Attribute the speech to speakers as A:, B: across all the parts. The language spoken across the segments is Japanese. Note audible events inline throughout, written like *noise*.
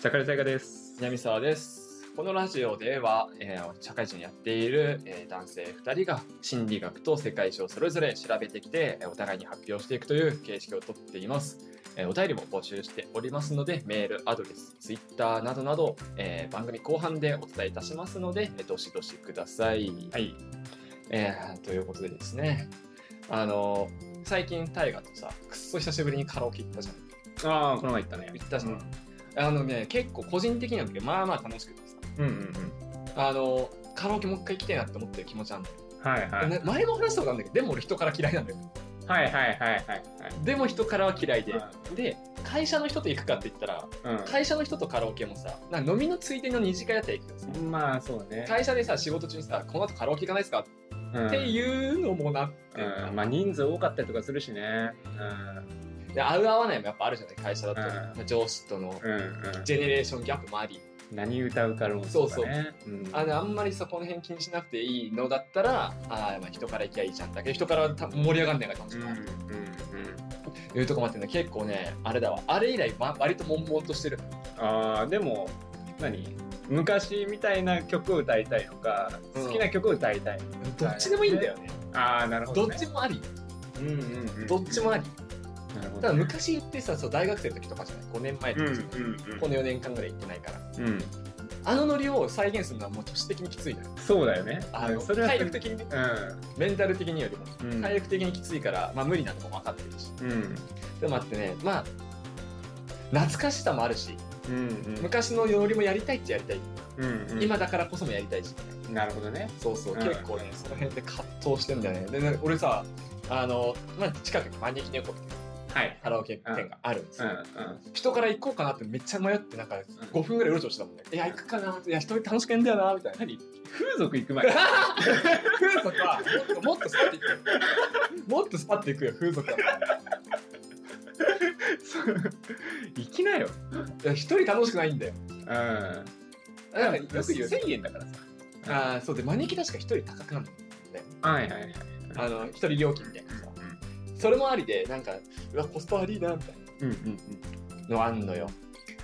A: 社会大河です。
B: 南沢です。このラジオでは、えー社会人やっている、えー男性2人が心理学と世界史をそれぞれ調べてきて、えーお互いに発表していくという形式をとっています。えーお便りも募集しておりますので、メール、アドレス、ツイッターなどなど、えー番組後半でお伝えいたしますので、えーどしどしください。
A: はい。
B: えーということでですね、あのー最近大河とさ、くっそ久しぶりにカラオケ行ったじゃん。
A: ああ、この前行ったね。
B: 行ったじゃん
A: うん
B: あのね、結構個人的にはだけど、まあまあ楽しくてさ、
A: うんうん
B: あのカラオケもう一回行きたいなって思ってる気持ちあるのよ、
A: うん。はいはい。
B: ね前も話したことあるんだけどでも俺人から嫌いなんだよ
A: はいはいはいはいはい。
B: でも人からは嫌いで、
A: は
B: で会社の人と行くかって言ったら
A: う
B: 会社の人とカラオケもさなんか飲みのついでの二次会だったら行くけどさ
A: ん。まあそうね。
B: 会社でさ仕事中にさこの後カラオケ行かないですか
A: うん
B: っていうのもなっていうか
A: うんまあ人数多かったりとかするしね。
B: で合う合わないもやっぱあるじゃない会社だと、
A: うん
B: まあ上司との
A: うん。うんうん。
B: ジェネレーションギャップもあり、
A: 何歌うか論
B: そ
A: と
B: うそ
A: か
B: う
A: ね。うん
B: あのあんまりそこの辺気にしなくていいのだったらあーまあ人から行きゃいいじゃんだけど人からは多分盛り上がんないから楽し
A: う
B: い
A: ん
B: な
A: うんうん。
B: いうとこもあってね結構ねあれだわあれ以来、ま、割と悶々としてる
A: ああでも何昔みたいな曲を歌いたいのか、
B: うん
A: 好きな曲を歌いたい。
B: どっちでもいいんだよね
A: ああなるほ
B: ど
A: ど、
B: っ
A: ね。
B: ちもあり
A: うんうんうん。
B: どっちもあり
A: なるほ
B: ただ
A: ど、ね。
B: 昔行ってさそう大学生の時とかじゃない5年前
A: う
B: と
A: んう
B: か
A: ん
B: じゃない、
A: うん。
B: この4年間ぐらい行ってないから
A: うん、
B: あのノリを再現するのはもう都市的にきついのよ
A: そうだよね。
B: あ
A: う
B: の
A: んそれは
B: 体力的にねメンタル的によりも
A: うん。うん。
B: 体力的にきついから、まあ、無理なのも分かってるし
A: うん。
B: でもあってねまあ懐かしさもあるし
A: うん
B: 昔のノリもやりたいっちゃやりたい、
A: うんうん。
B: 今だからこそもやりたいし
A: なるほどね。
B: そうそう、
A: うん
B: 結構ね、その辺で葛藤してんだよね。で、ね俺さ、あの、まあ、近くに招き猫っていう
A: はい。
B: カラオケ店があるんです
A: うん
B: よ。人から行こうかなってめっちゃ迷って、なんか5分ぐらいうろちょろしてたもんね。いや、行くかなって、いや、一人楽しくやんだよなみたいな。何
A: うん。風俗行く前。
B: 風俗はもっともっとスパッて行くよ。もっとスパッて行くよ、風俗は。
A: 行きなよ。
B: いや、一人楽しくないんだよ。
A: うん。
B: なんかよく言う。
A: 1000円だからさ。
B: ああ、そうで、招き出しか一人高くなるんだよね。
A: はいはいはい。
B: あの、一人料金みたいなさ。それもありで、なんか、うわ、コスパ悪いな、みたい
A: うんうんうん。
B: なのあんのよ。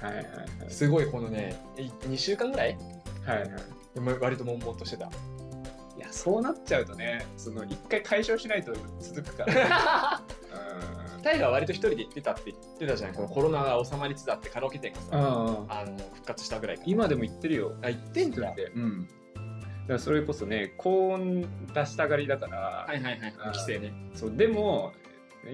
A: はいはいはい。
B: すごいこのね2週間ぐらい
A: はいはい。
B: ま割と悶々としてた
A: いや、そうなっちゃうとね、その、一回解消しないと続くから。
B: タイガは割と一人で行ってたって言ってたじゃないこのコロナが収まりつつあってカラオケ店が
A: う
B: さ
A: ん。うん。
B: あの復活したぐらいから
A: 今でも行ってるよ。
B: あ行ってんだは
A: で。うん。だからそれこそね、高音出したがりだから、
B: いはいはい規制ね
A: そうでも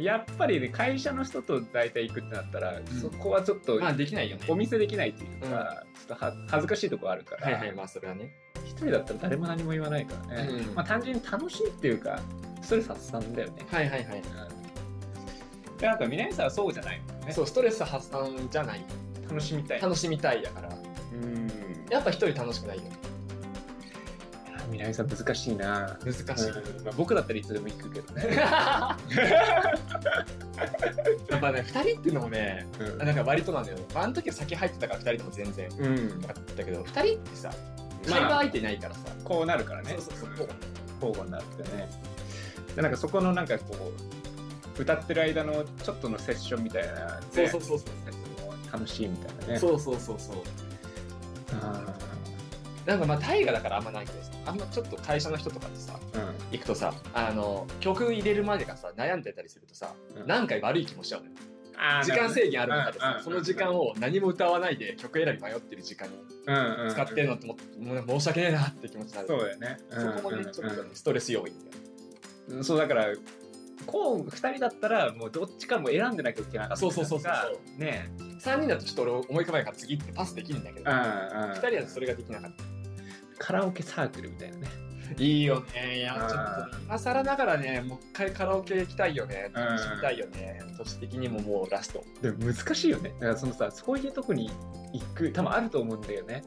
A: やっぱりね会社の人と大体行くってなったら、そこはちょっと
B: まあできないよね
A: お見せできないというか、ちょっとは恥ずかしいとこあるから、
B: はいはいまあそれはね
A: 一人だったら誰も何も言わないからね、
B: うん
A: まあ、単純に楽しいっていうかストレス発散だよね、
B: はいはいはい
A: うん、でなんか南さんはそうじゃないもんね
B: そうストレス発散じゃない
A: 楽しみたい
B: 楽しみたいだから
A: うん
B: やっぱ一人楽しくないよね
A: 南さん難しいな、
B: 難しい *laughs*
A: うんまあ、僕だったらいつでも行くけどね、
B: やっぱね2人っていうのもね
A: うん
B: なんか割となんだよねまああの時は先入ってたから2人とも全然
A: うん
B: だったけど2人ってさ会話
A: まあ
B: 相手いないからさ、
A: こうなるからね
B: そうそうそう
A: 交互になってねでなんかそこのなんかこう歌ってる間のちょっとのセッションみたいな、ね、
B: そうそうそうそう
A: 楽しいみたいなね
B: そうそうそうそう
A: あ
B: なんかまあ大河だからあんまないけどさあんまちょっと会社の人とかとさ
A: ー
B: 行くとさあの曲入れるまでがさ悩んでたりするとさ、
A: うん
B: 何回悪い気もしちゃうのよ
A: あー
B: 時間制限ある中で
A: うんうん
B: さ
A: うん
B: その時間を何も歌わないで曲選び迷ってる時間に
A: うんうん
B: 使ってるのってももう申し訳ねえなって気持ちになる
A: そうだよね
B: そこもねちょっとねストレス要因だよ
A: うんうんそうだからこう2人だったらもうどっちかも選んでなきゃいけなかった
B: そうそうそうそうそう
A: うね
B: 3人だとちょっと俺思い浮かばないから次ってパスできるんだけど
A: うんう
B: 2
A: ん
B: 人だとそれができなかった
A: カラオケサークルみたいなね
B: いいよね。いや、
A: うん
B: ちょっとね、今更ながらね、もう一回カラオケ行きたいよ
A: う
B: ね。
A: ん
B: 楽しみたいよね。年的にももうラスト。
A: でも難しいよねだからそのさそういうとこに行く多分あると思うんだよね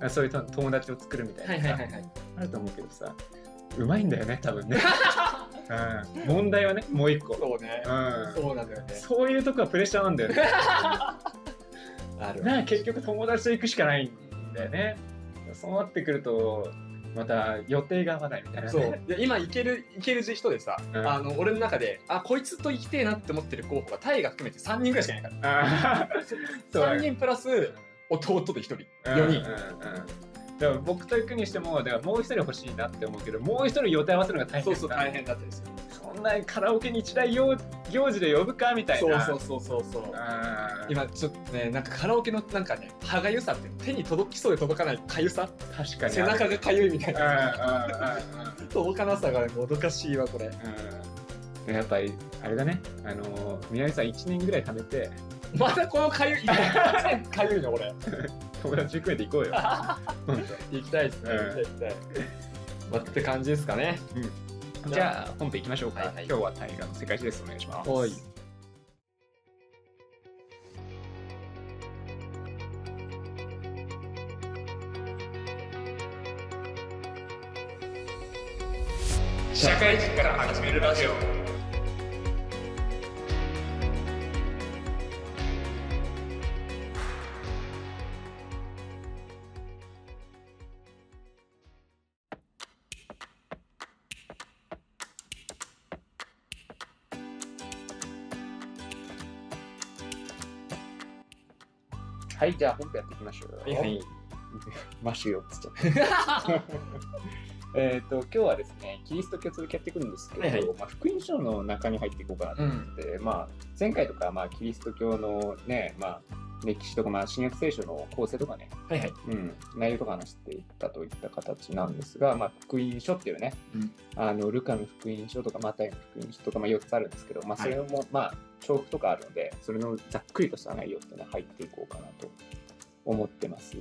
B: うん。
A: あそういうと友達を作るみたい
B: は
A: ないさ
B: はいはいはい。
A: あると思うけどさうまいんだよね多
B: *laughs*
A: 分ね、うん、問題はねもう一個、う
B: そうね。
A: ん、
B: そうなんだよね。
A: そういうとこはプレッシャーなんだよ
B: *laughs*
A: ね
B: ある
A: なあ結局友達と行くしかないんだよねそうなってくるとまた予定が合わないみたいな、ね、
B: そうで今行ける行ける人でさ、
A: うん
B: あの俺の中であこいつと行きてえなって思ってる候補がタイが含めて3人ぐらいしかいないから
A: あーそうだね
B: 3 *laughs* 人プラス弟で1人4人、
A: だから僕と行くにしてもだからもう一人欲しいなって思うけどもう一人予定合わせるのが大変
B: そうそう
A: だ
B: 大変だったりする
A: そんなカラオケに一大行行事で呼ぶかみたい
B: そう
A: な
B: そうそうそうそう
A: うん
B: 今ちょっとねなんかカラオケのなんかね歯がゆさって手に届きそうで届かないかゆさ
A: 確かに
B: 背中がかゆいみたいな
A: うんうんうんうん
B: 届かなさがもどかしいわこれ
A: うんやっぱりあれだねあの南さん1年ぐらい貯めて
B: またこのかゆい *laughs* かゆいの俺
A: 友達行くで行こう
B: *laughs*
A: よ本
B: 行きたいですね、
A: うん
B: 行きたい行きたいまあって感じですかね
A: 当じゃあ本編行きましょうか、
B: はいはい
A: 今日は大河の世界史ですお願いします
B: はい
A: 社会人から始めるラジオはいじゃあ本編やっていきましょう
B: はいはい
A: マシュよっつっちゃった
B: *laughs*
A: えー、と今日はですねキリスト教を続きやっていくんですけど、
B: はいはい
A: まあ、福音書の中に入っていこうかなと
B: う
A: 思
B: ん
A: って、まあ、前回とか、まあ、キリスト教の、ねまあ、歴史とか、まあ、新約聖書の構成とかね、
B: はいはい
A: うん、内容とか話していったといった形なんですが、まあ、福音書っていうね、
B: うん
A: あのルカの福音書とかマタイの福音書とか、まあ、4つあるんですけど、まあ、それも、まあ、重複とかあるのでそれのざっくりとした内容っていうのは入っていこうかなと思ってます。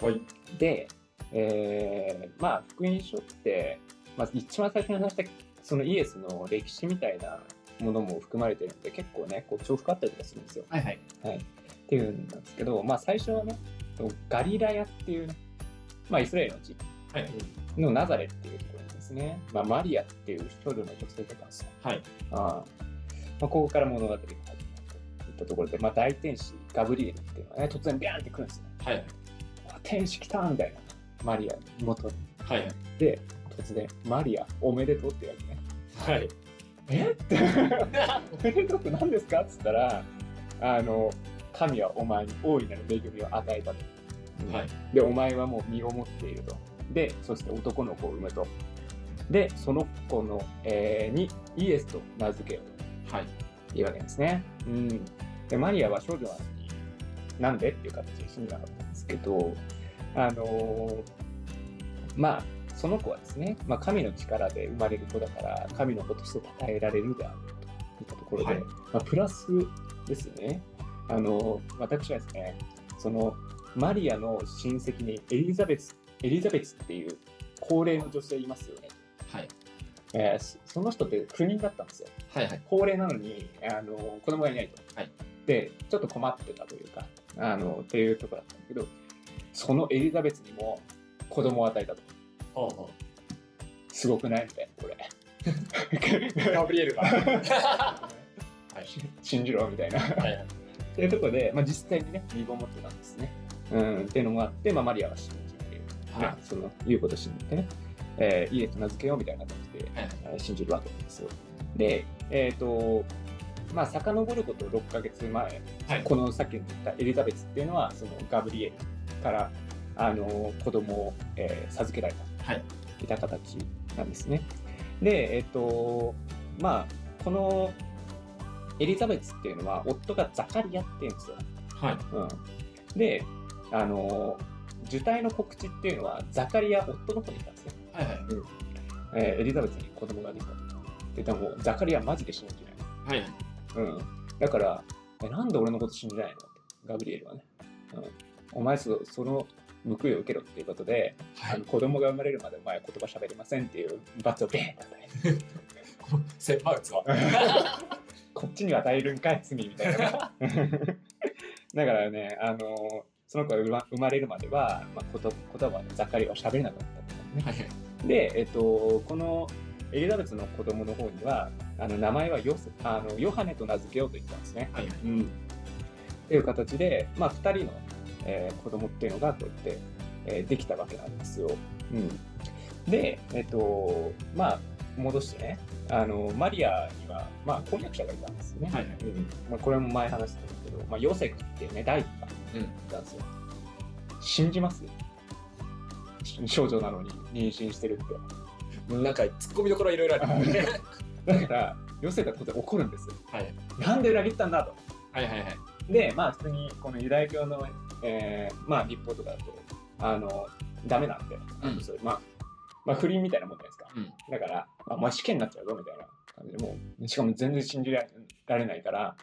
B: はい
A: で、えーまあ福音書って、まあ、一番最初に話したそのイエスの歴史みたいなものも含まれてるので結構ねこう重複あったりとかするんですよ。
B: はいはい
A: はい、っていうんですけど、まあ、最初はねガリラヤっていうね、まあ、イスラエルの地
B: はい
A: のナザレっていうところにですね、まあ、マリアっていう一人の女性がいたんですよ。
B: はい
A: ああまあ、ここから物語が始まるといったところで、まあ、大天使ガブリエルっていうのがね突然ビャーンって来るんですよね。
B: はい
A: あ天使来たみたいなマリアの元に
B: はいはい
A: で突然「マリアおめでとう」って言わ
B: はい
A: れてね「えっ?」て「おめでとうって何ですか?」っつったら「あの神はお前に大いなる恵みを与えた」と
B: はい
A: でお前はもう身を持っているとでそして男の子を産むとでその子の、えーにイエスと名付けよう
B: はい
A: というわけですね、うん、でマリアは少女なのになんでっていう形で死んだかったんですけどあのーまあその子はですね、まあ、神の力で生まれる子だから神の子として称えられるであろうといったところで、
B: はい
A: まあ、プラスですねあの私はですねそのマリアの親戚にエリザベスエリザベスっていう高齢の女性いますよね、
B: はい
A: えーそその人って9人だったんですよ
B: はいはい
A: 高齢なのにあの子供がいないと、
B: はい
A: でちょっと困ってたというかあのっていうところだったんだけどそのエリザベスにも子供を与えたと
B: ほうほ
A: すごくないみたいなこれ
B: うガブリエルがはい
A: *laughs* 信じろみたいな
B: はいはい
A: っていうところで、まあ、実際にね身ごもってたんですね、うん、っていうのもあって、まあ、マリアは信じている、まあ、その言うことを信じてね、えー、イエスと名付けようみたいな感じで
B: はい
A: えー信じるわけなんですよ。で、えっ、と、まあ、遡ること6ヶ月前、
B: はい
A: このさっき言ったエリザベスっていうのは、そのガブリエルから、あの、子供を、えー授けられた、
B: はい、
A: た形なんですね。で、えっ、と、まあ、このエリザベスっていうのは、夫がザカリアっていうんですよ。
B: はい
A: うん、で、あの、受胎の告知っていうのは、ザカリア、夫の子にいたんですね。
B: はいはい
A: えーエリザベスに子供ができた。で、でも、ザカリアマジで信じない。
B: はいはい
A: うん。だから、えなんで俺のこと信じないのガブリエルはね。うん。お前そ、その報いを受けろっていうことで、
B: は
A: あ
B: い
A: の子供が生まれるまでお前は言葉喋りませんっていう罰をベーンって与えて
B: セパウツは
A: こっちに与えるんかい、罪みたいな。だからね、あのその子が生ま生まれるまでは、まあ、こと言葉でザカリアは喋れなかったんだよね。
B: はいはい
A: で、えっと、このエリザベスの子供の方にはあの名前はヨセあのヨハネと名付けようと言ったんですね。
B: はいはい
A: うん、っていう形で、まあ、2人の、えー子供っていうのがこうやって、えーできたわけなんですよ。うん、で、えっとまあ、戻してねあのマリアには、まあ、婚約者がいたんですよね。
B: はいはい
A: うんまあ、これも前話したんですけど、まあ、ヨセフっていうね第一波
B: うん
A: なんですよ。信じます少女なのに妊娠してるっ
B: なんか突っ込みどころいろいろある、ね、
A: て。だから、ヨセダこで怒るんですよ。
B: はい
A: なんで裏切ったんだと。
B: はいはいはい
A: で、まあ、普通にこのユダヤ教の、えーまあ、立法とかだと、あの、ダメなんで、あ
B: うん
A: のそれまあ、まあ、不倫みたいなもんじゃないですか。
B: うん
A: だから、まあ、お前死刑になっちゃうぞみたいな感じで、もう、しかも全然信じられないから、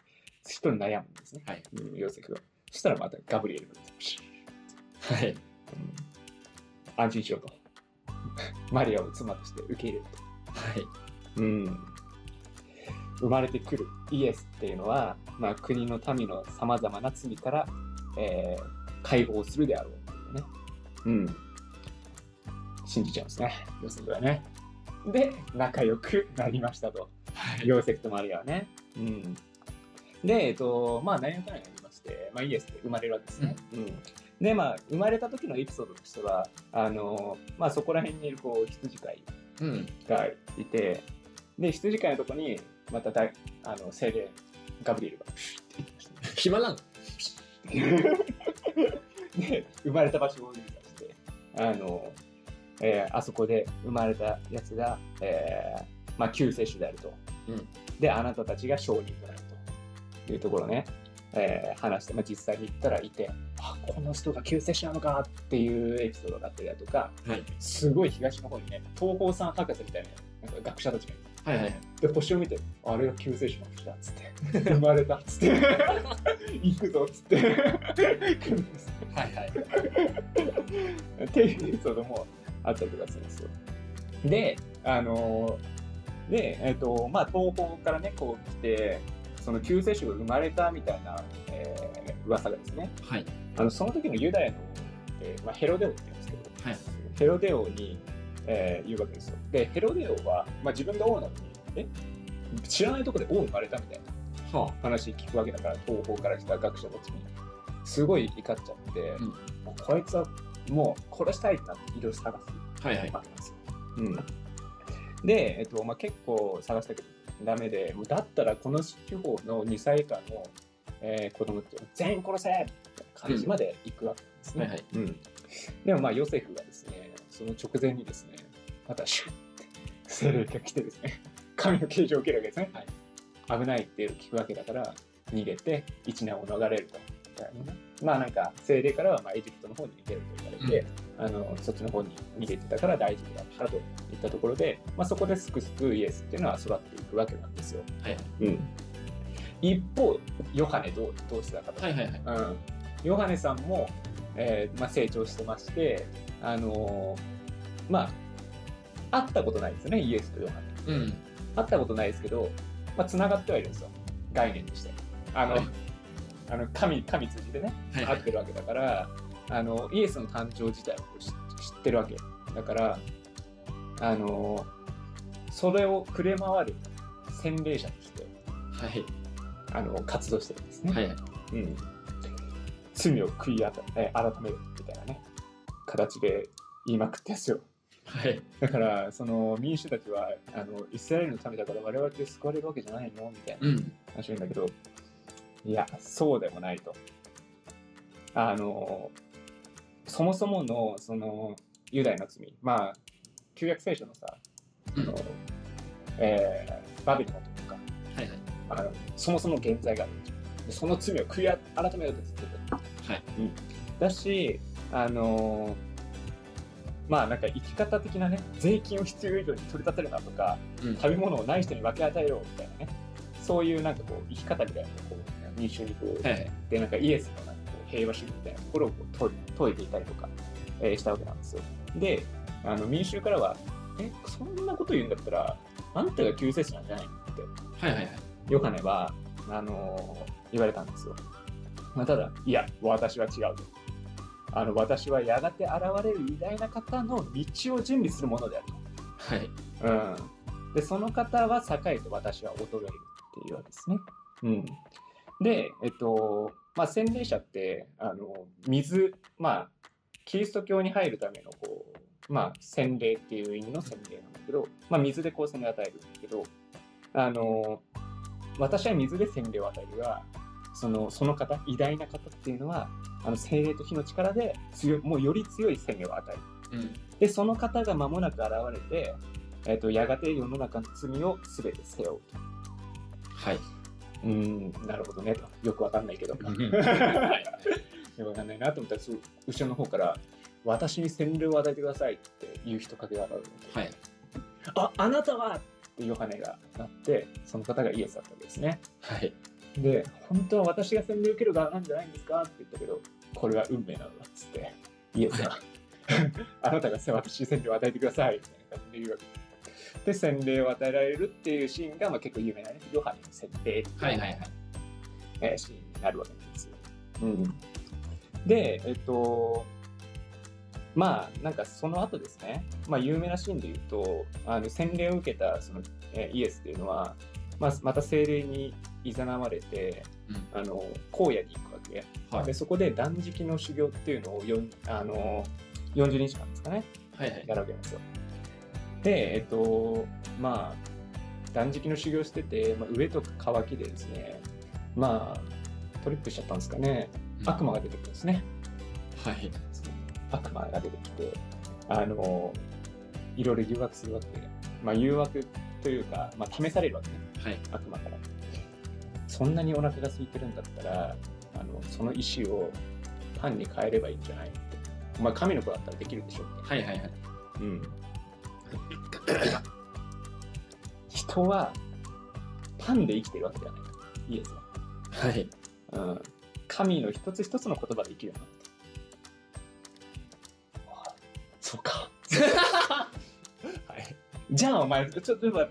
A: 一人悩むんですね、
B: はい
A: うんヨセフが。そしたらまたガブリエルが、
B: はい
A: うん安心しろと。 *laughs* マリアを妻として受け入れる
B: はい
A: と。うん生まれてくるイエスっていうのは、まあ、国の民のさまざまな罪から、えー解放するであろうっていうね。うん。信じちゃうんですね、ヨセフはね。で、仲良くなりましたと。
B: はい
A: ヨーセフとマリアはね。うん。で、えっと、まあ、何かになりまして、まあ、イエスって生まれるわけですね。うん。で、まあ、生まれた時のエピソードとしては、あの、まあ、そこら辺にいる、こう、羊飼い
B: うん
A: がいて、で、羊飼いのとこに、まただい、あの、精霊、ガブリエルが、って行きましたね
B: 暇なの
A: で生まれた場所を指さしてあの、えーあそこで生まれたやつが、えーまあ、救世主であると、
B: うん
A: であなたたちが証人となるというところね、えー話して、まあ、実際に行ったらいてあこの人が救世主なのかっていうエピソードがあったりだとか
B: はい
A: すごい東の方にね東方さん博士みたいななんか学者たちがいて
B: はいはい
A: で星を見てあれが救世主の星だっつって生まれたっつって行くぞっつって来るんです
B: はいはい
A: っていうエピソードもあったりとかするんですよ。で、あのーで、えっ、と、まあ、東方からね、こう来て、その救世主が生まれたみたいな、えー、噂がですね、
B: はい
A: あのその時のユダヤの、えーまあ、ヘロデオって言うんですけど、
B: はい
A: ヘロデオに、えー言うわけですよ。で、ヘロデオは、まあ、自分が王なのに、え知らないとこで王生まれたみたいな。
B: は
A: 話聞くわけだから東方から来た学者たちにすごい怒っちゃって、
B: ん
A: もうこいつはもう殺したいってなっていろいろ探
B: あはいは
A: す
B: い
A: わけなんですよ。うん、で、えっとまあ、結構探したけどダメでもうだったらこの地方の2歳以下の、えー子供って全員殺せって感じまで行くわけなんですね。
B: はいはい
A: うん、でもまあヨセフがですねその直前にですねまたシュッて精霊が来てですね神の形状を受けるわけですね、危ないって聞くわけだから逃げて一難を逃れるとみたいなねまあなんか精霊からはまあエジプトの方に逃げると言われて、あのそっちの方に逃げてたから大丈夫だったといったところで、まあ、そこですくすくイエスっていうのは育っていくわけなんですよ、
B: はい
A: うん、一方ヨハネどうどうしてたかと
B: はいはいはい
A: うん、ヨハネさんも、えーまあ、成長してまして、あのーまあ、会ったことないですよね、イエスとヨハネ。
B: うん
A: 会ったことないですけど、まあ、繋がってはいるんですよ、概念として。あの、
B: はい
A: あの神、神通じてね、
B: はいは
A: 会
B: い
A: ってるわけだから、あの、イエスの誕生自体を知知ってるわけ。だから、あのーそれを触れ回る洗礼者として、
B: はい
A: あの、活動してるんですね。
B: はいはい
A: うん、罪を悔い改え改めるみたいなね形で言いまくってですよ
B: はい
A: だからその民主たちはあのイスラエルのためだから我々って救われるわけじゃないのみたいな
B: うん
A: 話を言うんだけどいやそうでもないとあのそもそものそのユダヤの罪まあ旧約聖書のさ、あ
B: うん
A: のえーバビロンとか
B: はいはい
A: あのそもそも原罪があるでその罪を悔い改めるって言ってた、
B: はい
A: うん、だしあのーまあなんか生き方的なね税金を必要以上に取り立てるなとか
B: うん
A: 食べ物をない人に分け与えようみたいなねそういうなんかこう生き方みたいなのをこう民衆にこう
B: はいはい
A: でなんかイエスのなんかこう平和主義みたいなところをこう問い問いていたりとか、えーしたわけなんですよ。であの民衆からは「えそんなこと言うんだったらあんたが救世主なんじゃないの?」って
B: はいはいはい
A: ヨハネはあのー言われたんですよ。まあ、ただ、いや、私は違うと。あの私はやがて現れる偉大な方の道を準備するものである
B: はい
A: と。うん、で、その方は栄えて私は衰えるっていうわけですね。うん、で、えっと、まあ、洗礼者って、あの水、まあ、キリスト教に入るためのこう、まあ、洗礼っていう意味の洗礼なんだけど、まあ、水でこう洗礼を与えるんだけど、あの、私は水で洗礼を与えるが、そのその方偉大な方っていうのはあの精霊と火の力で強いもうより強い生命を与える
B: うん
A: でその方が間もなく現れて、えっとやがて世の中の罪を全て背負うと
B: はい。
A: うーんなるほどねとよくわかんないけどよくわかんないなと思ったらそう後ろの方から「私に洗礼を与えてください」って言う人影が上がるので
B: はい。
A: ああなたは!」ってヨハネがなってその方がイエスだったわけですね
B: はい。
A: で「本当は私が洗礼を受ける側なんじゃないんですか?」って言ったけど「これは運命なのだ」っつってイエス
B: *laughs*
A: が「あなたが私に洗礼を与えてください」みたいな感じで言うわけで洗礼を与えられるっていうシーンが、まあ、結構有名なねヨハネの洗礼ってう
B: はいはいはい。
A: えーシーンになるわけなんですよ。うん、で、えっと、まあ、なんかその後ですね、まあ、有名なシーンで言うと、あの洗礼を受けたその、えーイエスっていうのは、まあ、また精霊にいざなわれて、
B: うん
A: あの荒野に行くわけ、
B: はい
A: でそこで断食の修行っていうのをよんあの40日間ですかね、
B: はいはい。
A: やるわけなんですよ。で、えっと、まあ、断食の修行してて、まあ、上とか乾きでですね、まあ、トリップしちゃったんですかね、悪魔が出てくるんですね。
B: はい。
A: 悪魔が出てきて、あの、いろいろ誘惑するわけで、まあ、誘惑というか、まあ、試されるわけね、
B: はい。
A: 悪魔から。そんなにお腹が空いてるんだったら、あのその石をパンに変えればいいんじゃないって。お前、神の子だったらできるでしょって。
B: はいはいはい。 *laughs*
A: うん、人はパンで生きてるわけではないイエス
B: はい。
A: は、うん、神の一つ一つの言葉で生きるようになったあそうかはいじゃあお前ちょっと今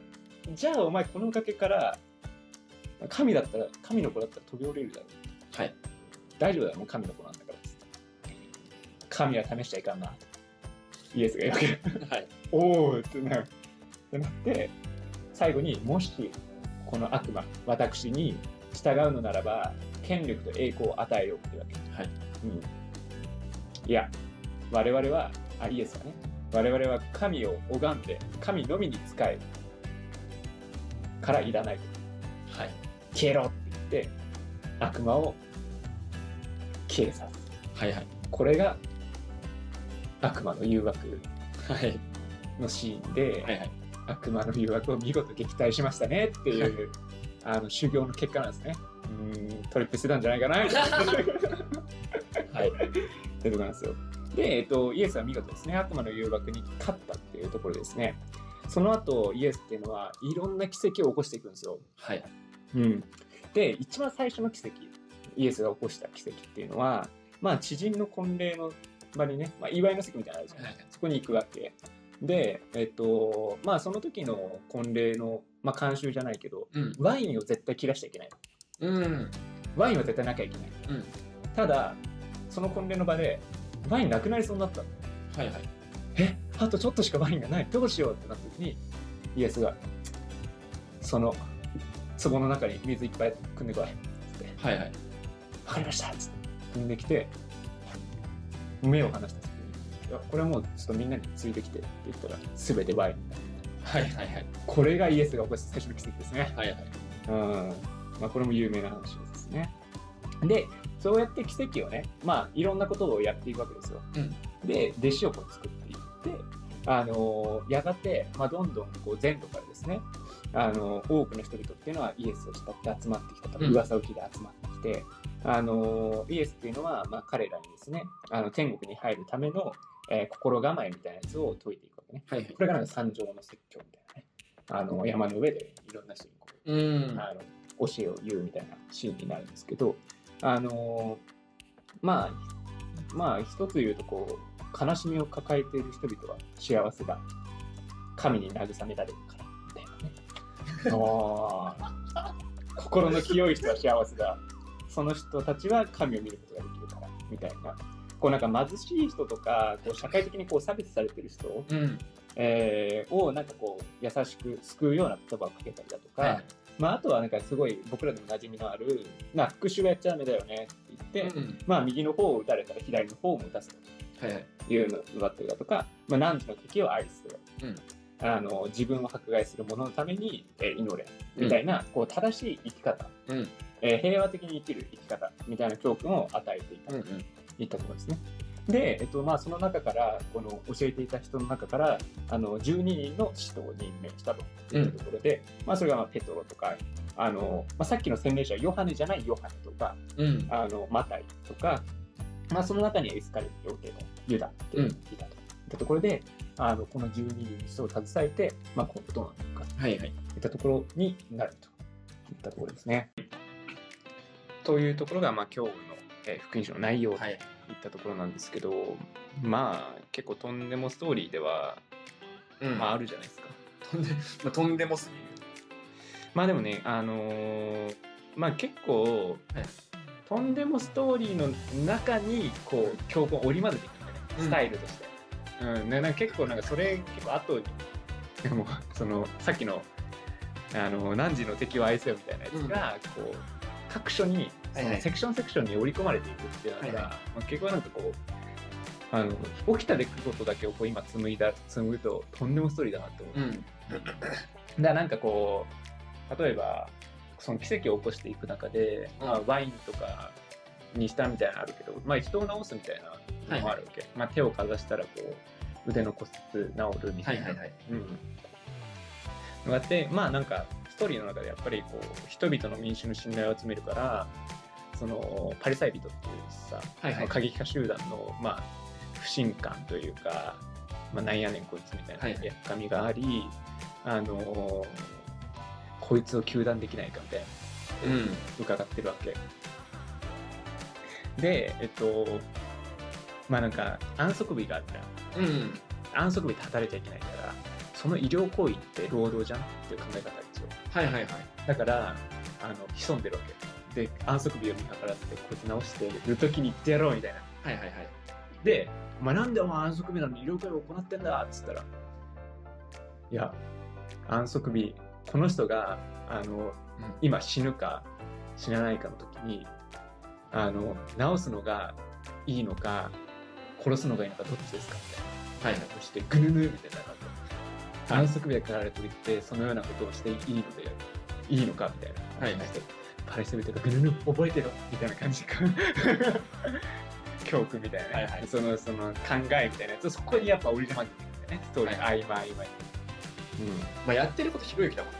A: じゃあお前この崖から神だったら神の子だったら飛び降りるだろ
B: はい。
A: 大丈夫だよもう神の子なんだから神は試しちゃいかんなイエスが言うわけ
B: はい。
A: おおってなってなって最後にもしこの悪魔私に従うのならば権力と栄光を与えようってわけ、
B: はい
A: うん、いや我々はあイエスはね我々は神を拝んで神のみに仕えるからいらない
B: はい。
A: 消えろって言って悪魔を消えさす
B: はいはい。
A: これが悪魔の誘惑
B: はい。
A: のシーンで、
B: はいはい。
A: 悪魔の誘惑を見事撃退しましたねっていうあの修行の結果なんですね。うーんトリップしてたんじゃないかなみたいな
B: はい。
A: ってとこなんですよ。で、えっと、イエスは見事ですね悪魔の誘惑に勝ったっていうところですね。その後イエスっていうのはいろんな奇跡を起こしていくんですよ。
B: はい。
A: うん、で一番最初の奇跡イエスが起こした奇跡っていうのは、まあ、知人の婚礼の場にね、まあ、祝いの席みたいなのあるじゃないそこに行くわけ。で、えっと、まあその時の婚礼の、まあ慣習じゃないけど、
B: うん。
A: ワインを絶対切らしちゃいけない。
B: うん。
A: ワインは絶対なきゃいけない。
B: うん
A: ただ、その婚礼の場で、ワインなくなりそうになったの。
B: はいはい。
A: えあとちょっとしかワインがない。どうしようってなった時に、イエスが、その、壺の中に水いっぱい汲んでこい。
B: はいはい。
A: わかりましたっつって汲んできて目を離した時にいやこれはもうちょっとみんなについてきてって言ったら全てワインになる
B: はいはいはい。
A: これがイエスが起こした最初の奇跡ですね
B: はいはい。
A: うんまあこれも有名な話ですねでそうやって奇跡をねまあいろんなことをやっていくわけですよ、で弟子をこう作っていってあのやがて、まあ、どんどんこう全土からですねあの多くの人々っていうのはイエスを慕って集まってきたと
B: うん
A: 噂を聞いて集まってきて、あのイエスっていうのは、まあ、彼らにですねあの天国に入るための、えー心構えみたいなやつを解いていくわけね
B: はいはい
A: こ。れがなんか三条の説教みたいなねあの山の上でいろんな人にこう
B: うん。
A: あの教えを言うみたいなシーンになるんですけど、あのまあまあ一つ言うとこう悲しみを抱えている人々は幸せだ神に慰められるからみたいなね
B: *laughs*
A: あー心の清い人は幸せだその人たちは神を見ることができるからみたいな。こうなんか貧しい人とかこう社会的にこう差別されてる人、
B: うん。
A: えーをなんかこう優しく救うような言葉をかけたりだとか、
B: は
A: まあ、あとはなんかすごい僕らでも馴染みのある、まあ、復讐はやっちゃダメだよねって
B: い。
A: 言って、
B: うん。
A: まあ、右の方を打たれたら左の方も打たせる
B: はいはい。
A: というのを奪ってるだとか、まあ、何時の敵を愛する、
B: うん
A: あの自分を迫害する者のために、えー祈れみたいな、こう正しい生き方、
B: うん
A: えー平和的に生きる生き方みたいな教訓を与えていた
B: うんうん
A: いったところですね。で、えっとまあ、その中からこの教えていた人の中からあの12人の使徒を任命したというところで、まあ、それがまあペトロとかあの、まあ、さっきの洗礼者はヨハネじゃないヨハネとか
B: うん
A: あのマタイとか、まあ、その中にはエスカレット帝のユダっていうのがいたと,、いったところであのこの12人の使徒を携えて、まあ、今後どうなるのか
B: はいはい
A: といったところになるといったところですね。というところが、まあ、今日の、えー福音書の内容
B: はい
A: いったところなんですけどまあ結構とんでもストーリーでは、
B: うん
A: まあ、
B: ま
A: あ
B: あ
A: るじゃないですか
B: とんでまあとんでもす
A: まあでもねあのーまあ結構、
B: はい
A: とんでもストーリーの中にこう教訓を織り交ぜていくみたいな
B: うん
A: スタイルとして、うんねなんか結構なんかそれ結構後にでもそのさっきのあの「何時の敵を愛せよ」みたいなやつが、こう各所に、
B: はいはい
A: そのセクションセクションに織り込まれていくっていうのが、
B: はいはい
A: まあ、結構なんかこうあの起きた出来事だけをこう今紡いだ紡ぐととんでもストーリーだなと思う、
B: うん
A: だからなんかこう例えばその奇跡を起こしていく中で、
B: うん
A: まあ、ワインとかにしたみたいなのあるけど、まあ、人を治すみたいなのもあるわけ、まあ、手をかざしたらこう腕の骨折治るみた
B: はいい
A: な、
B: はいはい
A: うん、のがあってまあなんかストーリーの中でやっぱりこう人々の民衆の信頼を集めるからそのパリサイ人っていうさ、
B: はいはい
A: 過激派集団の、まあ、不信感というか、まあ、なんやねんこいつみた
B: は
A: い
B: いは
A: ないやっかみがあり、あのこいつを糾弾できないかみたいな
B: うん
A: 伺ってるわけでえっとまあなんか安息日があるじゃん
B: うん
A: 安息日で働いちゃいけないからその医療行為って労働じゃんっていう考え方ですよ
B: はいはいはい
A: だからあの潜んでるわけで安息日を見計らってこうやって直してる時に行ってやろうみたいな
B: はいはいはい
A: で「お前なんでお前安息日なのに医療行為を行ってんだ」っつったら「いや安息日この人があの
B: うん
A: 今死ぬか死なないかの時にあの治すのがいいのか殺すのがいいのかどっちですか?」みたいな。
B: はいはい
A: そしてぐぬぬみたいな感じで安息日だからといってそのようなことをしていいのでいいのかみたいな
B: はいはい
A: してパレスビとかぐぬぬ覚えてろみたいな感じか *laughs* 教訓みたいなね、
B: はいはい
A: そのその考えみたいなやつをそこにやっぱ折り込まれてるんだよねストーリー、合間合間に、
B: まあやってることひろゆきだもん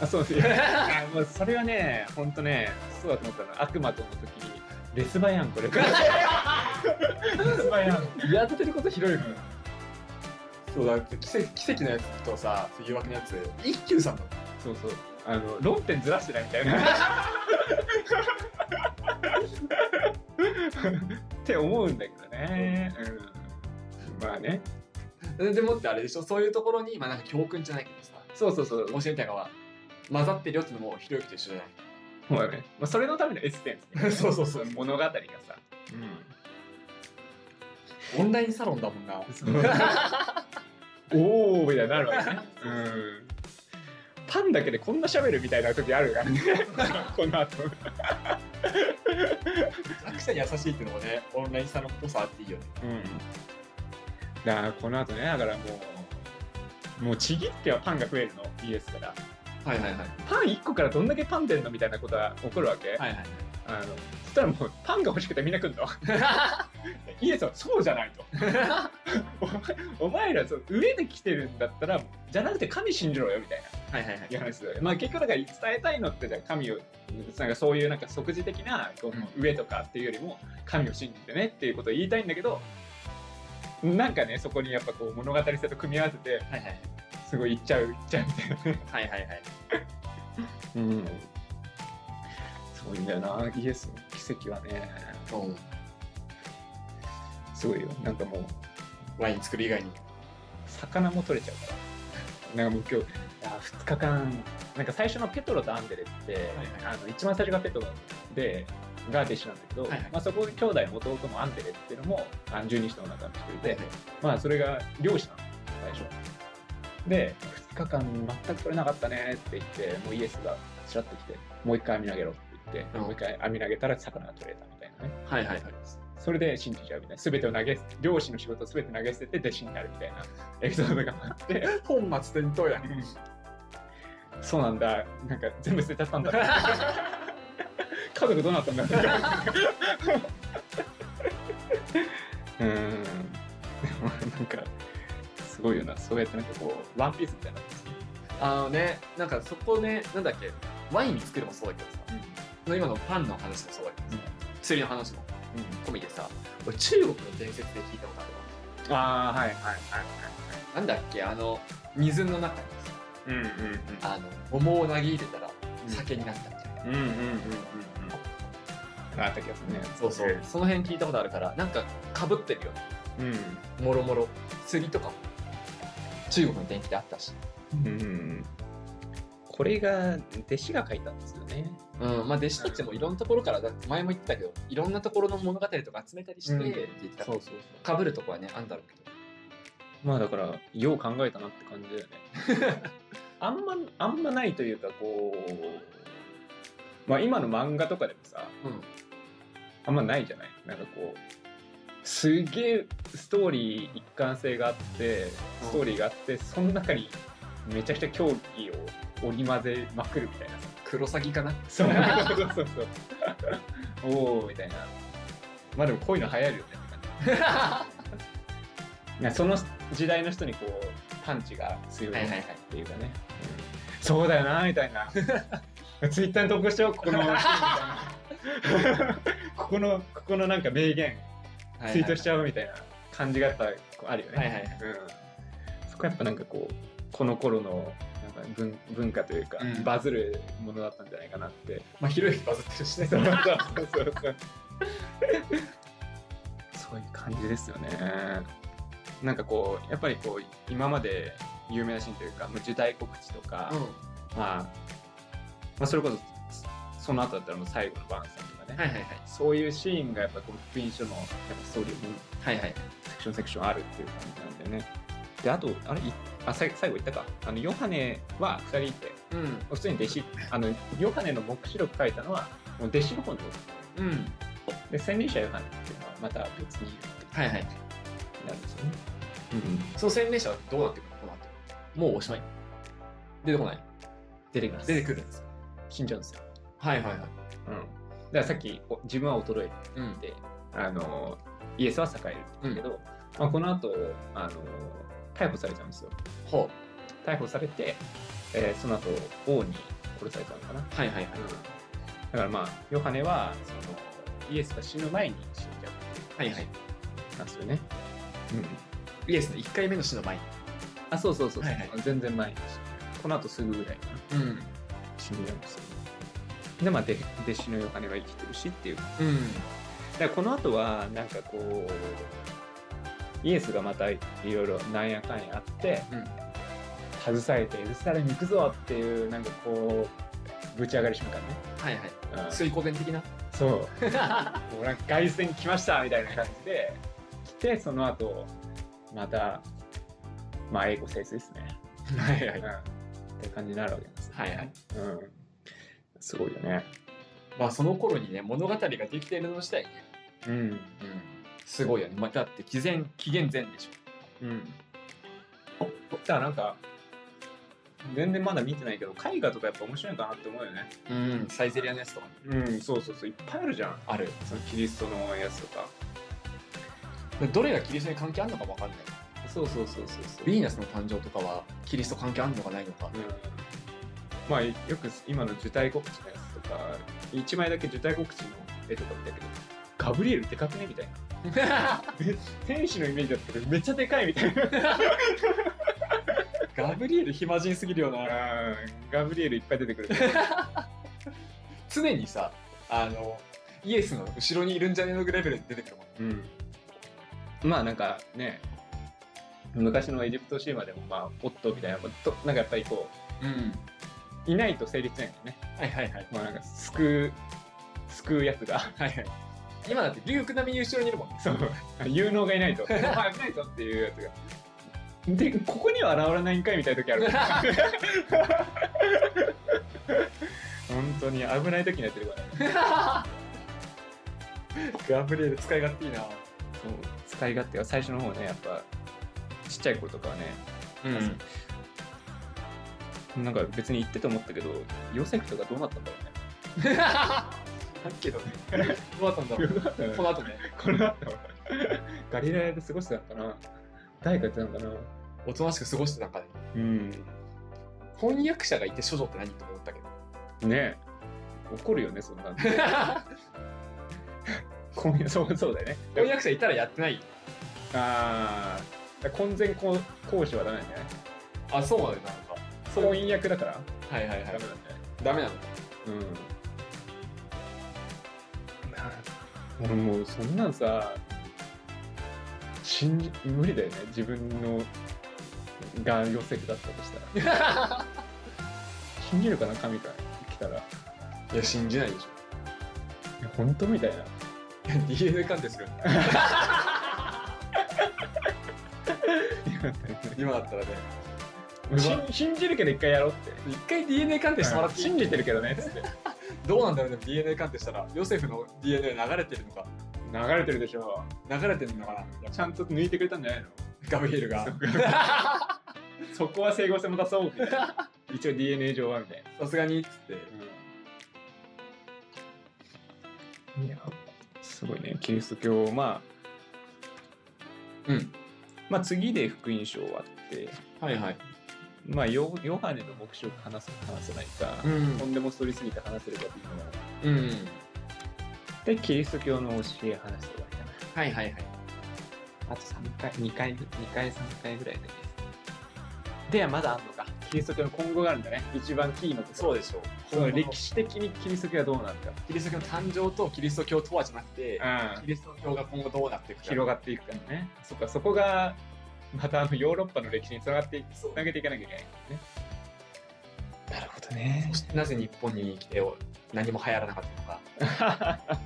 A: あそうですよ *laughs* あもうそれはねほんとねそうだと思ったの悪魔との時にレスバヤンこれ *laughs* レスバヤン
B: やってることひろゆきそうだって奇跡奇跡のやつとさそう誘惑のやつ一休さんだもん
A: そうそうあの論点ずらしてないみたいなって思うんだけどね、うん、まあね
B: でもってあれでしょそういうところに、まあ、なんか教訓じゃないけどさ
A: そうそうそう
B: 教えみたいなのが混ざってるよってのもひろゆきと一緒じゃ
A: そうだね、まあ、それのためのエッセンスね
B: *laughs* そうそうそう
A: 物語がさ、
B: ないオンラインサロンだもんな
A: うん、 *laughs* おおみたいになるわけね、うん、パンだけでこんな喋るみたいな時ある
B: *laughs*
A: からねこの後
B: 作者に優しいっていうのもねオンラインサロンっぽさあっていいよね
A: うん、だからこの後ねだからもうもうちぎってはパンが増えるのイエスから
B: はいはいはい
A: パン1個からどんだけパン出んのみたいなことが起こるわけ、
B: はいはい
A: あのそしたらもうパンが欲しくてみんな来んの *laughs* イエスはそうじゃないと *laughs* お前お前らそう上で来てるんだったらじゃなくて神信じろよみたいな
B: はいはいはい
A: いう話だよまあ結局だから伝えたいのってじゃあ神をなんかそういうなんか即時的なこう上とかっていうよりも神を信じてねっていうことを言いたいんだけどなんかねそこにやっぱこう物語性と組み合わせて
B: はいはい
A: すごいいっちゃういっちゃうみたいなね
B: はいはいはい
A: うんすごいんだよなイエスの奇跡はね
B: うん
A: すごいよなんかもう
B: ワイン作る以外に
A: 魚も取れちゃうからなんかもう今日あ2日間なんか最初のペトロとアンデレって、
B: はいは
A: あの一番最初がペトロでが弟子なんだけど、
B: はいはい
A: まあ、そこで兄弟の弟もアンデレっていうのもあの十二使徒の中の一人で、
B: で
A: まあそれが漁師なの最初で2日間全く取れなかったねって言ってもうイエスがちらっと来てもう一回網投げろって言って、
B: うん
A: もう一回網投げたら魚が取れたみたいなね
B: はいはいはい
A: そそれで信じちゃうみたいな。全てを投げ、漁師の仕事を全て投げ捨てて弟子になるみたいなエピソードがあって、
B: 本末転倒やん。
A: そうなんだ、なんか全部捨てちゃった
B: *laughs*
A: んだ。家族ど *laughs* うなったんだろう。うーん。でもなんか、すごいよな。そうやってなんかこう、ワンピースみたいな。
B: あのね、なんかそこね、なんだっけ、ワイン作るもそうだけどさ、今のパンの話もそうだけどさ、薬の話も込みでさ、俺中国の伝説で聞いたことあるわ。
A: ああ、はいはい
B: なんだっけ、あの、水の
A: はい
B: 中に
A: はい。うんうんうん。
B: さ、あの、桃を投げ入れたら酒になったみたいな。
A: うんうんうんうんうん。あった気がするね。
B: そうそう、その辺聞いたことあるから、なんかかぶってるよね、
A: うん。
B: もろもろ。杉とかも、中国の伝記であったし。
A: うん。これが、弟子が書いたんですよね。
B: うん、まあ弟子たちもいろんなところから、だって前も言ってたけど、いろんなところの物語とか集めたりして、
A: うん
B: って言ってた
A: そうそうそう。
B: かぶるとこはね、あんだろうけど。
A: まあだから、よう考えたなって感じだよね。あんま、あんまないというか、こう、まあ今の漫画とかでもさ、
B: うん
A: あんまないじゃないなんかこう、すげえストーリー一貫性があって、ストーリーがあって、その中にめちゃくちゃ競技を織り交ぜまくるみたいなさ。
B: 黒サギか *laughs* な
A: そうそうそう *laughs* そう。おおみたいな。まあでもこういうの流行るよねって感じ。いやその時代の人にこうパンチが強いっていうかね、うんそうだよなみたいな *laughs* ツイッターに投稿しようここの *laughs* ここのここのなんか名言ツイートしち
B: ゃ
A: ゃうみたいな感じがやっぱこうあるよね、
B: はいはいはい
A: うん、そこやっぱなんかこうこの頃のなんか文文化というか、
B: うん
A: バズるものだったんじゃないかなって
B: まあ、ひろゆきバズってるしね。
A: そうそうそうそう。そういう感じですよね。なんかこう、やっぱりこう、今まで有名なシーンというか、まあ受胎告知とか、
B: うん。
A: まあ、まあ、それこそ、その後だったらもう最後の晩餐とかね、
B: はいはいはい。
A: そういうシーンがやっぱこう、福音書のやっぱストーリーに
B: はいはい。
A: セクションセクションあるっていう感じなんだよね。で、あと、あれ、いあ最最後言ったか。あの、ヨハネは2人いて、
B: うん。
A: 普通に弟子、あの、ヨハネの黙示録書いたのは、もう弟子の方に
B: うん。
A: で洗礼者ヨハネっていうのはまた別に
B: はいはい。
A: なるんですよね。
B: その洗礼者はどうなってくるのこの後。もうおしまい。出てこない。
A: 出てきます。
B: 出てくるんです。
A: 死んじゃうんですよ。
B: はいはいは
A: う
B: い。
A: ん。だからさっきお自分は衰え
B: うん。
A: てて、あのイエスは栄えるって言うけど、まあ、この後あの逮捕されちゃうんですよ。
B: ほ
A: 逮捕されて、えーその後王に殺されたのかな。
B: う。はいはいはい。
A: だからまあヨハネはそのイエスが死ぬ前に死んじゃっ
B: はいはい。
A: たんですよね。うん。
B: イエスの1回目の死の前に。
A: あそうそうそうそう、
B: はいはい
A: 全然前に死んじゃうこの後すぐぐらいかな。
B: うん。
A: 死んじゃうんですよね。で、まあ、で弟子のヨハネは生きてるしっていう。だか
B: うん。
A: らこの後は、なんかこう、イエスがまたいろいろなんやかんやあって、
B: うん
A: 携えてエルサレム行くぞっていう、なんかこう、ぶち上がり瞬間ね。
B: はいはい。
A: うん
B: 水光伝的な。 *laughs*
A: そう。もうなんか凱旋来ましたみたいな感じで、来て、その後、また、まあ、英語聖書ですね。
B: はいは
A: うん。。って感じになるわけなんですよね
B: はいはい。
A: うん。すごいよね。
B: まあ、その頃にね、物語ができているの自体ね。
A: うん。
B: うん。すごいよね。まあ、だって、紀元、紀元前でし
A: う
B: ょ。
A: ん。だからなんか、全然まだ見てないけど、絵画とかやっぱ面白いかなって思うよね。
B: うん。サイゼリアのやつとかも
A: うん、そうそうそう、いっぱいあるじゃん。
B: ある。
A: そのキリストのやつとか。
B: どれがキリストに関係あるのかわかんない。
A: そうそうそうそうそう。
B: ヴィーナスの誕生とかはキリスト関係あるのかないの *laughs* か。
A: うん。まあ、よく今の受胎告知のやつとか、一枚だけ受胎告知の絵とか見たけど、ガブリエルでかくねみ *laughs* たいな。天使のイメージだったけど、めっちゃでかいみたいな。
B: ガブリエル暇人すぎるよな。
A: ガブリエルいっぱい出てくる。
B: 常にさ、あの、イエスの後ろにいるんじゃねえのぐらいレベルで出てくるもん。
A: うん、まあなんかね昔のエジプト神話でもまあおっとみたいなとなんかやっぱりこ
B: うん。
A: ういないと成立しないんだよね、
B: はいはいはい。
A: まあ、なんか救う救うやつが *laughs*
B: はいはい。今だってリュウク並みに後ろにいる *laughs* もんね。
A: そう有能がいないと *laughs* お前危ないぞっていうやつがでここには現れないんかいみたいな時あ
B: *laughs*
A: る本当に危ない時にやってるからね
B: ガブリエル使い勝手いいな。
A: そう使い勝手が最初の方ねやっぱちっちゃい子とかはね
B: うん。
A: なんか別に言ってと思ったけどヨセフとかどうなったんだろ
B: だけどね。どうだったんだろう。
A: う
B: *laughs*
A: ね
B: この後ね。
A: この後ガリラヤで過ごしてたのかな誰かやってたのかな
B: おとなしく過ごしてたんかね。
A: うん
B: 翻訳者がいて処女って何と思 *laughs* ったけど。
A: ね怒るよねそんなんで今夜そうそうだよね
B: 翻訳者いたらやってない。
A: ああ婚前交交渉はダメなんじゃない
B: あ、そうなんだ。なんかそう
A: 翻訳だから
B: はいはいは
A: ダ
B: い
A: メ。なんじゃない
B: ダ *laughs* メなの。
A: うん俺もうそんなんさ信じ無理だよね自分のが予測だったとしたら信じるかな神から来たらい
B: いや、信じないでしょ。
A: や本当みたいな
B: DNA 鑑定する。今だったらね。
A: 信信じるけど一回やろうって
B: 一回 DNA 鑑定してもらっていい
A: 信じてるけどねっつって
B: どうなんだろうね DNA 鑑定したらヨセフの DNA 流れてるのか
A: 流れてるでしょ
B: 流れてるのかなやっ
A: ちゃんと抜いてくれたんじゃないの
B: ぱガブリエルが
A: そそこは整合性も出そうみたい
B: *laughs*
A: な一応 DNA 上はみたいな
B: さすがにっつって
A: いやすごいねキリスト教ま
B: うん
A: あまあ次で福音書終わって
B: はいはい
A: まあヨヨハネの目標話す話せないか、
B: うん
A: とんでもそりすぎて話せるかっていうの
B: うん
A: でキリスト教の教え話して終わりかな
B: はいはいはい
A: あと3回2回2回3回ぐらいでではまだあんのかキリスト教の今後があるんだね一番キーのところ
B: そうでしょう
A: その
B: 歴
A: 歴史的にキリスト教はどうなるか
B: キリスト教の誕生とキリスト教とはじゃなくてキリスト教が今後どうなっていくか
A: 広がっていくからね。そっか、そこが、またあのヨーロッパの歴史につながってい、つなげていかなきゃいけないんですね。なるほどね *laughs*
B: そしてなぜ日本に来てお何も流行らなかったのか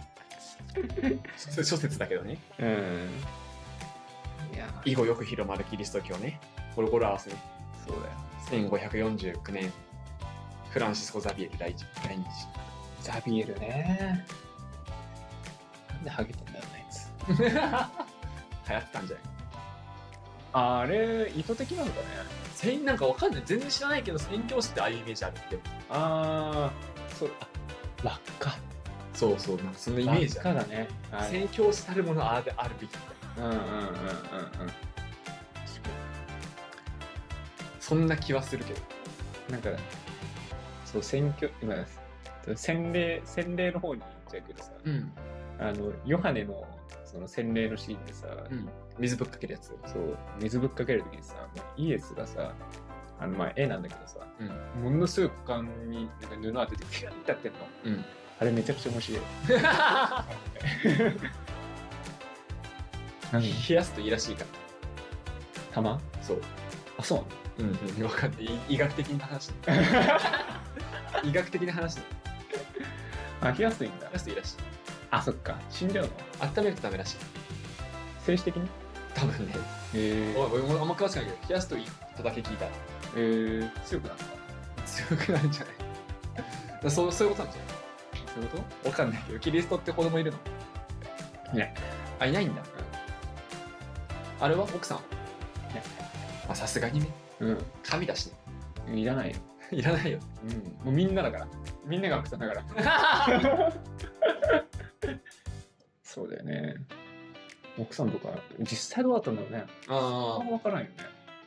B: それ諸説だけどね
A: うん。いや、
B: 以後よく広まるキリスト教ねゴロゴロ合わせね
A: そうだよ。
B: 1549年フランシスコ・ザビエル来日来日 *laughs*
A: ザビエルね。なんでハゲてんだろうな、あいつ。
B: 流行ってたんじゃない
A: あれ、意図的なのかね。
B: 戦なんかわかんない全然知らないけど宣教師ってああいうイメージあるって
A: ああ、そう、あ、落下。
B: そうそうなんかそのイメージ
A: 落
B: あ
A: 下
B: る
A: だね。はい。
B: 宣教師たるものああであるべきみたい
A: う
B: な
A: んうんうんうんうん。
B: そんな気はするけど
A: なんか、そう、選挙、今、洗礼、洗礼の方に行っちゃうけどさ、
B: うん、
A: あの、ヨハネの、その洗礼のシーンでさ、
B: うん、水ぶっかけるやつ
A: そう、水ぶっかけるときにさ、もうイエスがさ、あの、まあ、絵なんだけどさ、
B: うん
A: ものすごい股間になんか布当ててピュッてやってんの。
B: うん *laughs*
A: あれめちゃくちゃ面白い。
B: 冷やすといいらしいか
A: 玉
B: らそう
A: あ、そう
B: うん、分かってい医学的な *laughs* 話医学的な話冷
A: なのあ、冷やすといいんだ
B: や。すといいらしい
A: あ、そっか。死んじゃうの
B: 温めるとダメらしい
A: 精子的に
B: 多分ね
A: へ
B: おい俺もあんま詳しくないけど冷やすといいとだけ聞いたら
A: えー、強くなるの
B: 強くなるんじゃないだからそうそういうこと *laughs* なんじゃな
A: そういうこ
B: いわかんないけどキリストって子供いるの
A: いない
B: あいないんだ、あれは奥さん
A: いない
B: まあさすがにね
A: と
B: 神だしね *laughs*
A: うん。いらないよ。
B: いら *laughs* ないよ
A: うん、もうみんなだから。みんなが奥さん *laughs* だから。そうだよね。奥さんとか、実際どうだったんだろうね。あ
B: あ
A: んま分からんよね。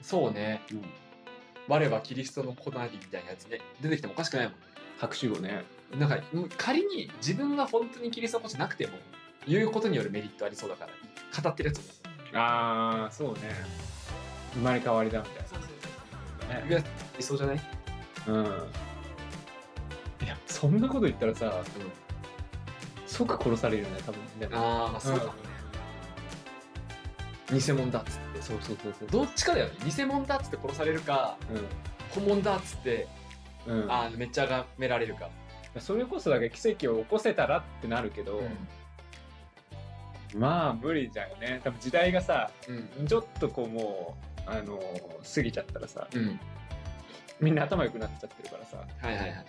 B: そうね
A: うん。
B: 我はキリストの子なりみたいなやつね出てきてもおかしくないも
A: 白紙をね。
B: んなんかうん仮に自分が本当にキリストの子じゃなくても言うことによるメリットありそうだから語ってるやつも
A: ああ、そうね。生まれ変わりだみたい
B: そうそう
A: な、
B: いや理想じゃない、
A: うん。いや、そんなこと言ったらさ、即殺されるよね、多分ね。
B: ああまあそうかもね、偽物だっつって
A: そうそうそうそう。
B: どっちかだよね偽物だっつって殺されるか本物だっつって
A: うん。うん。
B: あーめっちゃがめられるか、
A: それこそだけ奇跡を起こせたらってなるけど、まあ無理じゃんよね。多分時代がさ、
B: うん
A: ちょっとこうもう、あの過ぎちゃったらさ、
B: うん
A: みんな頭良くなっちゃってるからさ、
B: はいはいはい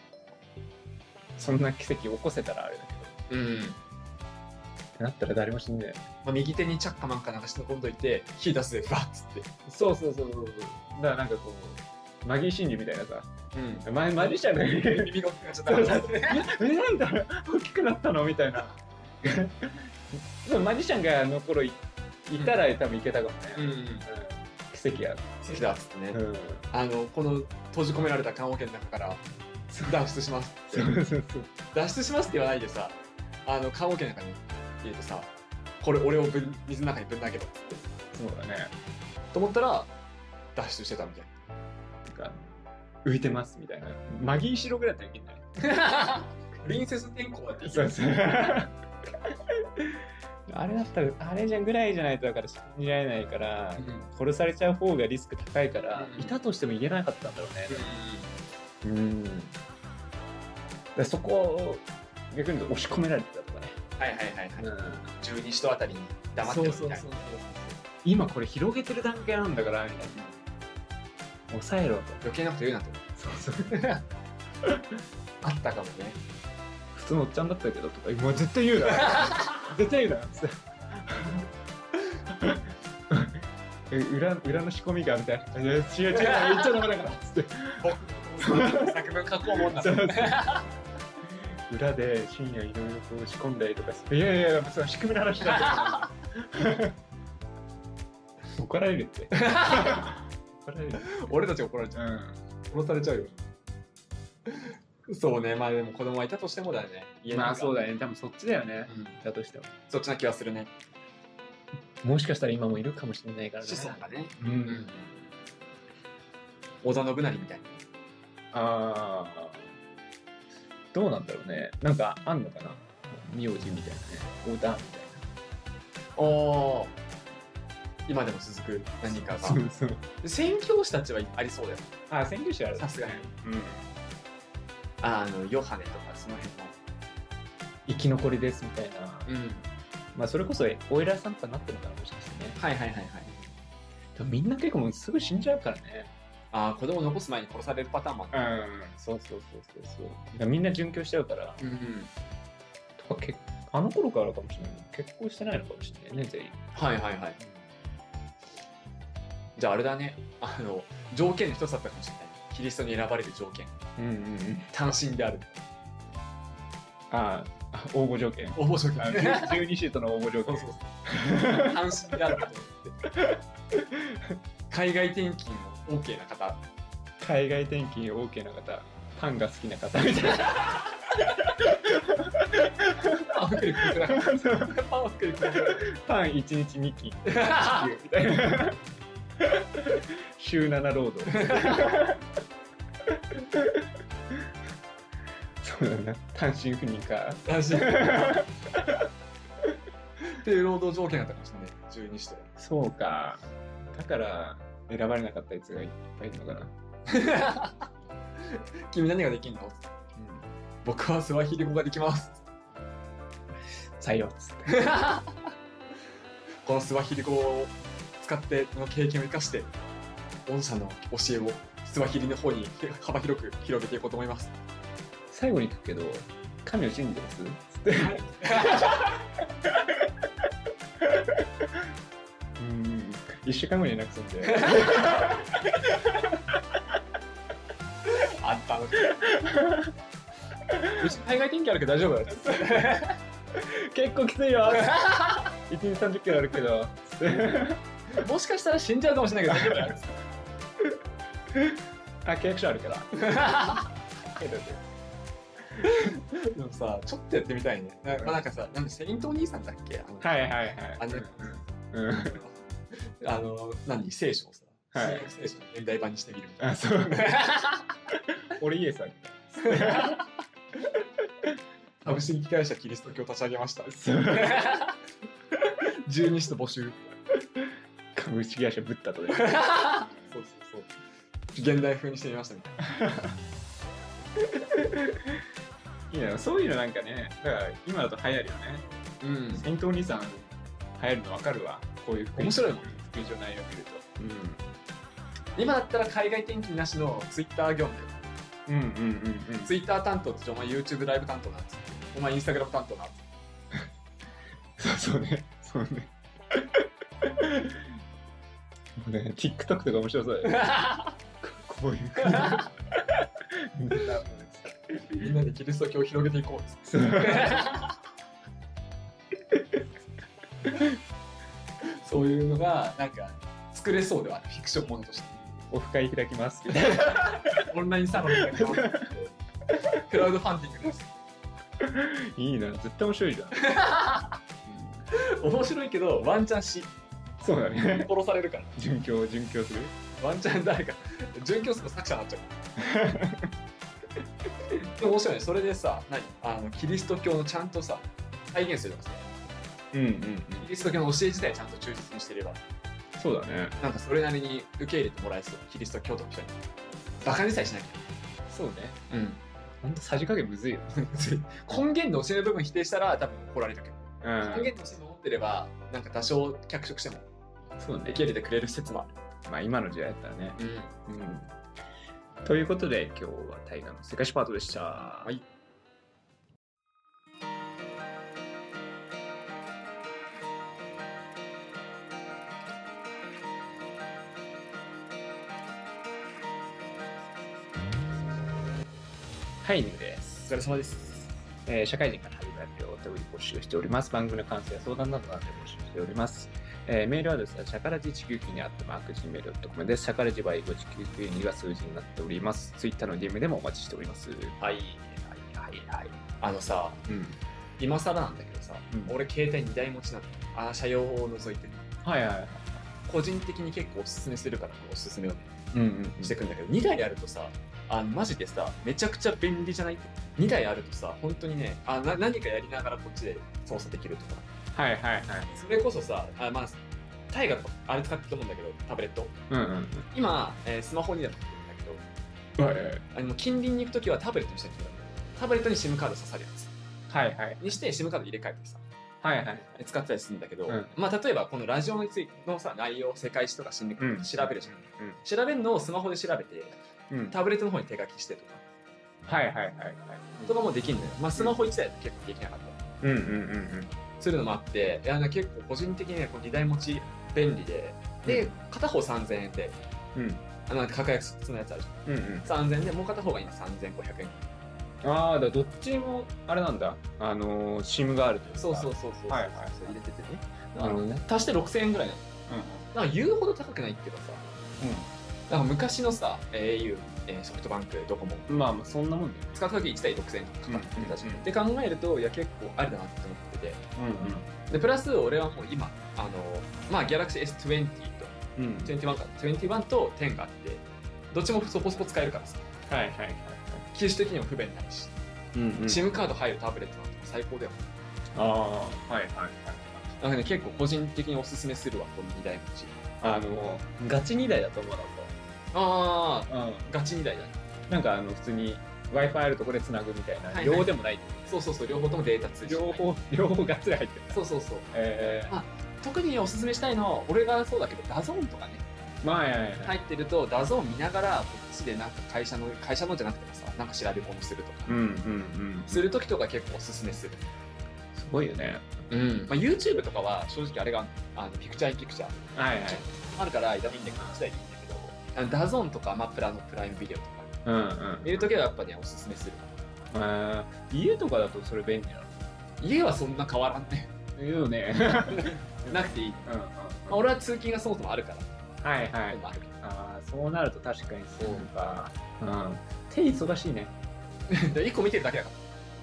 A: そんな奇跡起こせたらあれだ
B: う
A: っ
B: ん
A: てなったら誰も死んでない。
B: まあ、右手にチャッカマンかなんかしのこんどいて火出すでバッつって、
A: そうそうそうそう。だからなんかこう、マギー心理みたいなさ、
B: うん、
A: 前マジシャンだ
B: *laughs*
A: けど、
B: 耳が大きくなっちゃっ
A: そ
B: た
A: う
B: か
A: そ
B: ら
A: うえなんだ大きくなったのみたいな。 *laughs* でもマジシャンがあの頃いいたら多分いけたかもね。
B: うん、
A: 奇跡や。
B: 席だっつってね、
A: ん。
B: あのこの閉じ込められた棺桶の中から脱出しますって
A: そうそうそう。
B: 脱出しますって言わないでさあの棺桶の中に入れてさこれ俺をぶん水の中にぶん投げろっつって
A: そうだね。
B: と思ったら脱出してたみたい
A: なんか、浮いてますみたいな。マギーシロぐらいだったらいけんじゃない
B: *laughs* なプリンセス天候だって
A: そうそう。 *laughs* あれだったら、あれじゃぐらいじゃないとだから信じられないから、殺されちゃう方がリスク高いから、
B: うん
A: いたとしても言えなかったんだろうね。うん。だからそこを逆に言うと押し込められてたとかね。
B: はいはいはいはい
A: ん。
B: 十二使徒あたりに黙ってるみたいな
A: そうそうそうそう今これ広げてる段階なんだから、みたいな。抑えろと。
B: 余計なこと言うなと
A: そうそう。
B: *laughs* あったかもね
A: 普通のおっちゃんだったけどとか、もう絶対 *laughs* 言うな。絶対言 *laughs* うな。裏裏の仕込みがみたいな。いや違う *laughs* 違う、言っちゃダメだから。つって。
B: 僕作文書こうもん *laughs* だ
A: そうそう *laughs* 裏で深夜いろいろこう仕込んだりとかして、いやいやいや、その仕組みの話だけど。 *laughs* 怒られるって。怒られる。
B: 俺たち怒られちゃう殺されちゃうよそうねまあでも子供はいたとしてもだよね
A: うん。まあそう
B: だ、
A: だよね、多分そっちだよね。
B: うん、
A: だとしても。
B: そっちな気はするね
A: もしかしたら今もいるかもしれないからね。
B: 子孫がね
A: う
B: うんん。織田信成みたいな
A: ああ。どうなんだろうね。なんかあんのかな名字みたいなね。オーダーみたい
B: お今でも続く
A: な。
B: 何か
A: そ
B: が
A: うそう。
B: 宣教師たちはありそうだよ
A: あ、選挙師ある
B: さすがに
A: うん。
B: あのヨハネとかその
A: 生き残りですみたいな。
B: 辺のうん
A: まあそれこそお偉いさんとかになってるのからもしかしてね。
B: はいはいはいはい
A: でもみんな結構もうすぐ死んじゃうからね。
B: ああ子供残す前に殺されるパターンもあった
A: うん。そうそうそうそうそう。だからみんな殉教しちゃうから。
B: うん
A: とかけあの頃からかもしれない。結婚してないのかもしれないね、全員。
B: はいはいはいじゃああれだねあの条件の一つだったかもしれないキリストに選ばれる条件
A: うんうんうん。
B: 単身である
A: ああ、応募条件。
B: 応募条件
A: あの12シートの応募条
B: そう
A: 件。
B: そうそう *laughs* 単身であることって海外転勤も OK な方
A: 海外転勤 OK な方パンが好きな方みたいな
B: パンフルクルクだ *laughs* から
A: *laughs*
B: パンフルクルク
A: パン1日2斤 *laughs*
B: だから
A: みたいな週7労 *laughs* 働そうだな単身赴任か
B: 単身っていう労働条件だったかもしれない12人
A: そうかだから選ばれなかったやつがいっぱいいるのかな、
B: 君何ができんの僕はスワヒリ語ができます
A: 採用っつって
B: このスワヒリ語を使っての経験を生かして御社の教えをスワヒリの方に幅広く広げていこうと思います
A: 最後に聞くけど神を信じてますつってうん1週間後に連絡するんで *laughs*
B: あんた *laughs* のうち海外転勤あるけど大丈夫だよ
A: 結構きつい *laughs* よ1日3 0キロあるけどつって
B: もしかしたら死んじゃうかもしれないけど大丈夫だよ
A: あ契約書あるから
B: でもさちょっとやってみたいねな,、まあ、なんかさなんかセリントお兄さんだっけあの
A: はいはいは
B: あの
A: い。うん。
B: あの何聖書をさ、
A: はい
B: 新約聖書の現代版にしてみるみたい
A: あ、そうね。
B: *laughs* な
A: 俺イエスあげ
B: 株式会社キリスト教立ち上げま *laughs* した
A: た。
B: 12使徒募集
A: 株式会社ブッダとね。
B: そうそうそう現代風にしてみましたみたいな
A: い
B: い
A: な、そういうのなんかね、だから今だと流行るよね。
B: うん
A: 戦闘兄さん、流行るのわかるわ。こういう
B: 面白いもん
A: 福音書の内容見る
B: 今だったら海外転勤なしのツイッター業務だよ
A: と。うん。うんうんうんうん。
B: ツイッター担当ってお前 YouTube ライブ担当なんつってお前インスタグラム担当なんつっ
A: そうね。そうね。もうね、TikTok とか面白そうだよね。こういう感じ。みんなも
B: *laughs* みんなでキリスト教を広げていこう。
A: そう
B: *laughs* そういうのが、なんか、作れそうではある、フィクションものとして。
A: オフ会開きます *laughs* けど。
B: オンラインサロンみたいな。ク *laughs* ラウドファンディングです。
A: いいな、絶対面白い *laughs* じゃん。
B: 面白いけど、ワンチャン死。
A: そうだね。
B: 殺されるから。
A: 殉教、殉教する。
B: ワンチャン誰か、殉教すると作者にな *laughs* っちゃう。でも面白いね。それでさ、何あのキリスト教のちゃんとさ、体現するとかさ、
A: うんうん。
B: キリスト教の教え自体ちゃんと忠実にしてれば、
A: そうだね。
B: なんかそれなりに受け入れてもらえそう。キリスト教徒の人に。バカにさえしなき
A: そうね。
B: ゃ。うん。
A: ほんとさじ加減むずいよ。 *laughs*
B: 根源の教えの部分否定したら多分怒られたけ
A: う
B: ど、根源の教えを持ってればなんか多少脚色しても
A: そうね
B: 受。け入れてくれる施設もあ
A: まあ今の時代だったらね。
B: る、
A: うん。ということで、今日は大河の世界史パートでした。はいはい、エンディングです。
B: お疲れ様です
A: えー社会人から始めるお手を募集しております。番組の感想や相談などなどで募集しております。えーメールアドレスは、シャカラジ199にあったマーク Gmail.com です。シャカラジは英語1992が数字になっております。ツイッターの DM でもお待ちしております。はい、
B: はい
A: はい、はい。
B: あのさ
A: うん。
B: 今更なんだけどさ、
A: うん
B: 俺携帯2台持ちなのあ車用を除いて
A: はいはい。
B: 個人的に結構おすすめするからおすすめをね
A: うんうんうん。
B: してくんだけど、2台あるとさあのマジでさめちゃくちゃ便利じゃない2台あるとさ本当にねあな何かやりながらこっちで操作できるとか
A: はいはいはい。
B: それこそさあまあタイガとかあれ使ってると思うんだけどタブレット
A: うんうん
B: 今、えースマホにでも入ってるんだ
A: うん。はいはい
B: けどあの近隣に行くときはタブレットにしてるんだよタブレットに SIM カード刺さるやつ
A: はいはい。
B: にして SIM カード入れ替えてさ
A: はいはい。
B: 使ってたりするんだけど、
A: うん
B: まあ、例えばこのラジオについてのさ内容世界史とか心理学とか調べるじゃん、
A: うん
B: 調べるのをスマホで調べて
A: うん。
B: タブレットの方に手書きしてとか
A: はいはいはいはい。
B: とかもできるのよ、まあ、スマホ1台だと結構できなかったり
A: うんうんうん
B: するのもあっていや結構個人的にはこう2台持ち便利でで片方3000円で
A: うん。うん
B: あの格安のやつあるじゃん
A: うんうん。
B: 3000円でもう片方が今3500円
A: ああ、だからどっちも、あれなんだ。あのー、シムがあるというか。
B: そうそうそうそう、
A: はいはい
B: そう入れててね
A: なるほどね。
B: 足して6000円ぐらいな
A: うんうん。
B: のなんか言うほど高くないけどさなんか昔のさ au、えーソフトバンクドコモ
A: うん、まあまあそんなもんだよね。
B: 使った時1対6000円かかってたじゃん、
A: うんうんうん
B: で考えるといや結構ありだなって思っててでプラス俺はもう今あのまあ GalaxyS20 と
A: うんうん。うん。
B: 21か21と10があってどっちもそこそこ使えるからさ
A: はいはいはい。
B: 機種的にも不便ないし、
A: うんうん
B: SIM カード入るタブレットなんて最高だよ
A: ああ、はいはいはい。
B: だからね結構個人的におすすめするわこの2台持ち
A: あのー、ガチ2台だと思うな
B: ああ
A: と。うん。
B: ガチ2台だね
A: なんかあの、普通に Wi-Fi あるとこでつなぐみたいな。
B: いはい
A: 両でもないけ
B: そうそうそう両方ともデータ通じ
A: ど。
B: てない
A: 両方、両方ガッツリ入ってる。
B: そうそうそう
A: え
B: 特におすすめしたいのは俺がそうだけどダゾーンとかね
A: ー、まあ、はいはいはい。
B: 入ってるとダゾーン見ながらこっちでなんか会社の会社のじゃなくてもさなんか調べ物するとか、
A: うんうんうん。
B: する時とか結構おすすめする、
A: すごいよね。
B: うんまあ、YouTube とかは正直あれがあのピクチャーインピクチャー
A: はいはい。
B: あるからいいんだけど1台でいいんだけどあのダゾーンとかアマプラのプライムビデオとか
A: うんうん。
B: 見る時はやっぱねおすすめする
A: えー家とかだとそれ便利な
B: 家はそんな変わらんね
A: の。いいよね。
B: なくていい、
A: うんうん
B: まあ、俺は通勤がそもそもあるから、
A: はいは
B: そうい
A: いう
B: の。もあるけど
A: ああ、そうなると確かにそうか。うん。手忙しいね。
B: で1個見てるだけだか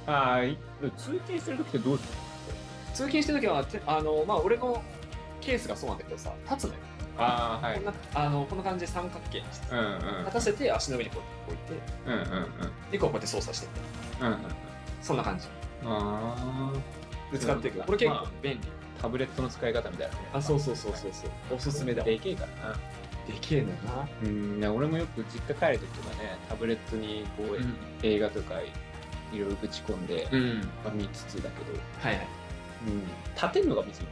B: ら
A: ああ、い通勤してる時ってどうする
B: 通勤してる時はてあのまあ俺のケースがそうなんだけどさ立つのよ
A: ああ、は
B: こん。なあのこんな感じで三角形にし
A: う
B: て
A: んうん。
B: 立たせて足の上にこう置いて
A: うんうん
B: でこうこうやって操作してって
A: うん。うんうん。
B: そんな感じ
A: あ
B: で使っていく、
A: うん
B: これ結
A: ま
B: 構
A: あ
B: 便利、
A: あ、タブレットの使い方みたいなね。
B: あそうそうそうそうそうおすすめだ
A: でけえからな。
B: できるのよな
A: うん、ね俺もよく実家帰る時とかね、タブレットにこう、
B: うん、
A: 映画とかいろいろぶち込んで、
B: うん、
A: まあ、見つつだけど、
B: はいはい
A: うん、立てんのが別み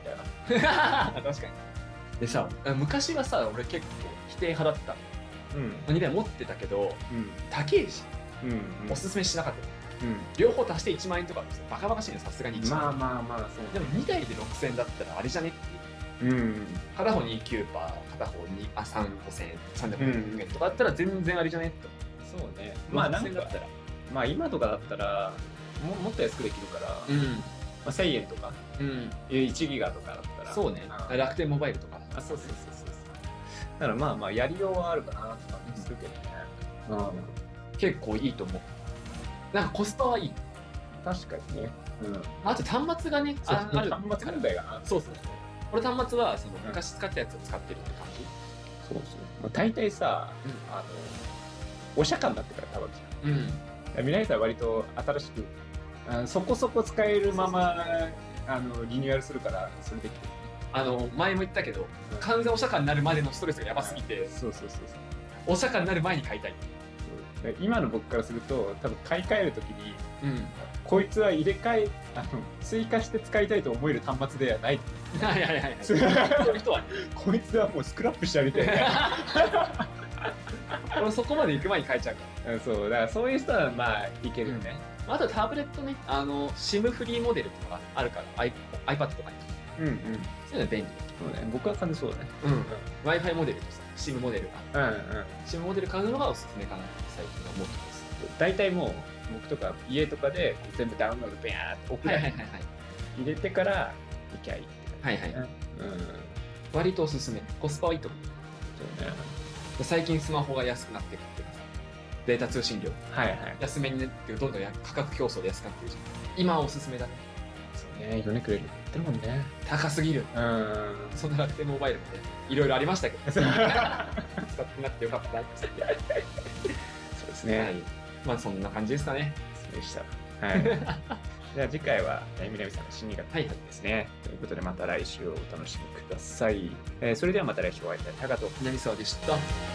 A: たいな。
B: 確かにでさ昔はさ俺結構否定派だった
A: うん。
B: の2台持ってたけど
A: うん。
B: 高いし
A: うん、
B: おすすめしなかっ両方足して1万円とかですよバカバカしいのさすがに1万円、
A: まあまあまあ、そう
B: でも2台で6000円だったらあれじゃねっていう
A: うん。
B: 片方2キューパー片方2あ3 5000円3で500円とかだったら全然あれじゃねって
A: そうね。
B: ま
A: ま
B: あ
A: あ
B: な
A: なんん
B: か
A: か、まあ今とかだったら、ももっと安くできるから、ま
B: ん
A: あ、1000円とか、
B: うん
A: え1ギガとかだったら。
B: そうね
A: あ
B: 楽天モバイルとか
A: あそうそうそうそうそう。だからまあまあ、やりようはあるかなとかするけどね。うん。
B: 結構いいと思うなんかコスパはいい
A: 確かにね。うん。
B: あと端末がねあある
A: 端末問題かな。
B: そうそう俺端末はその
A: ん
B: 昔使ったやつを使ってるって感
A: そうそう。まあ、大体さ、
B: う
A: あの、お釈迦になってからたまき。
B: じうん
A: 未来さんは割と新しくあのそこそこ使えるままあのリニューアルするからそれできて
B: あの前も言ったけど
A: る
B: 完全お釈迦になるまでのストレスがやばすぎて
A: そうそうそうそう
B: お釈迦になる前に買いたい
A: そうで今の僕からすると多分買い替えるときに
B: うん
A: こいつは入れ替えあの追加して使いたいと思える端末ではない
B: はいはい *laughs* はい
A: そ
B: そうういう人は
A: こいつはもうスクラップしてあげて
B: 俺そこまで行く前に変えちゃうか
A: *laughs* うんそうだからそういう人はまあいけるよね、
B: らあとタブレットねあの SIM フリーモデルとかあるから i- iPad とか
A: う
B: に
A: ん、うん
B: そういうの便利
A: そうね僕は完全そうだね
B: うん w i f i モデルとさ SIM モデルが
A: うんうん
B: SIM モデル買うのがおすすめかなって最近思ってます
A: 大体もう僕とか家とかでこう全部ダウンロードビャーって送
B: はい
A: ら
B: はい
A: 入
B: はいは
A: れ
B: い
A: てからいきゃいいって感じ
B: はいはい
A: うん、そうね。
B: 割とおすすめコスパはいいと思うで最近スマホが安くなってるっていうかさデータ通信量
A: はいはい。
B: 安めにねってどんどんや価格競争で安くなってるじゃん今はおすすめだね
A: そうね、米くれるって言ってるもんね。
B: 高すぎる
A: うん。
B: そんな楽天モバイルもねいろいろありましたけ
A: *laughs*
B: ど
A: そう
B: 使ってなくてよかったなって
A: そうです
B: は
A: ね
B: い。まあそんな感じですかね
A: そうでした。はい。
B: *laughs*
A: じゃあ次回は、えー南さんの心理学
B: はいはい
A: ですね。ということで、また来週お楽しみください。えーそれではまた来週お会いしたい。高と
B: 南沢でした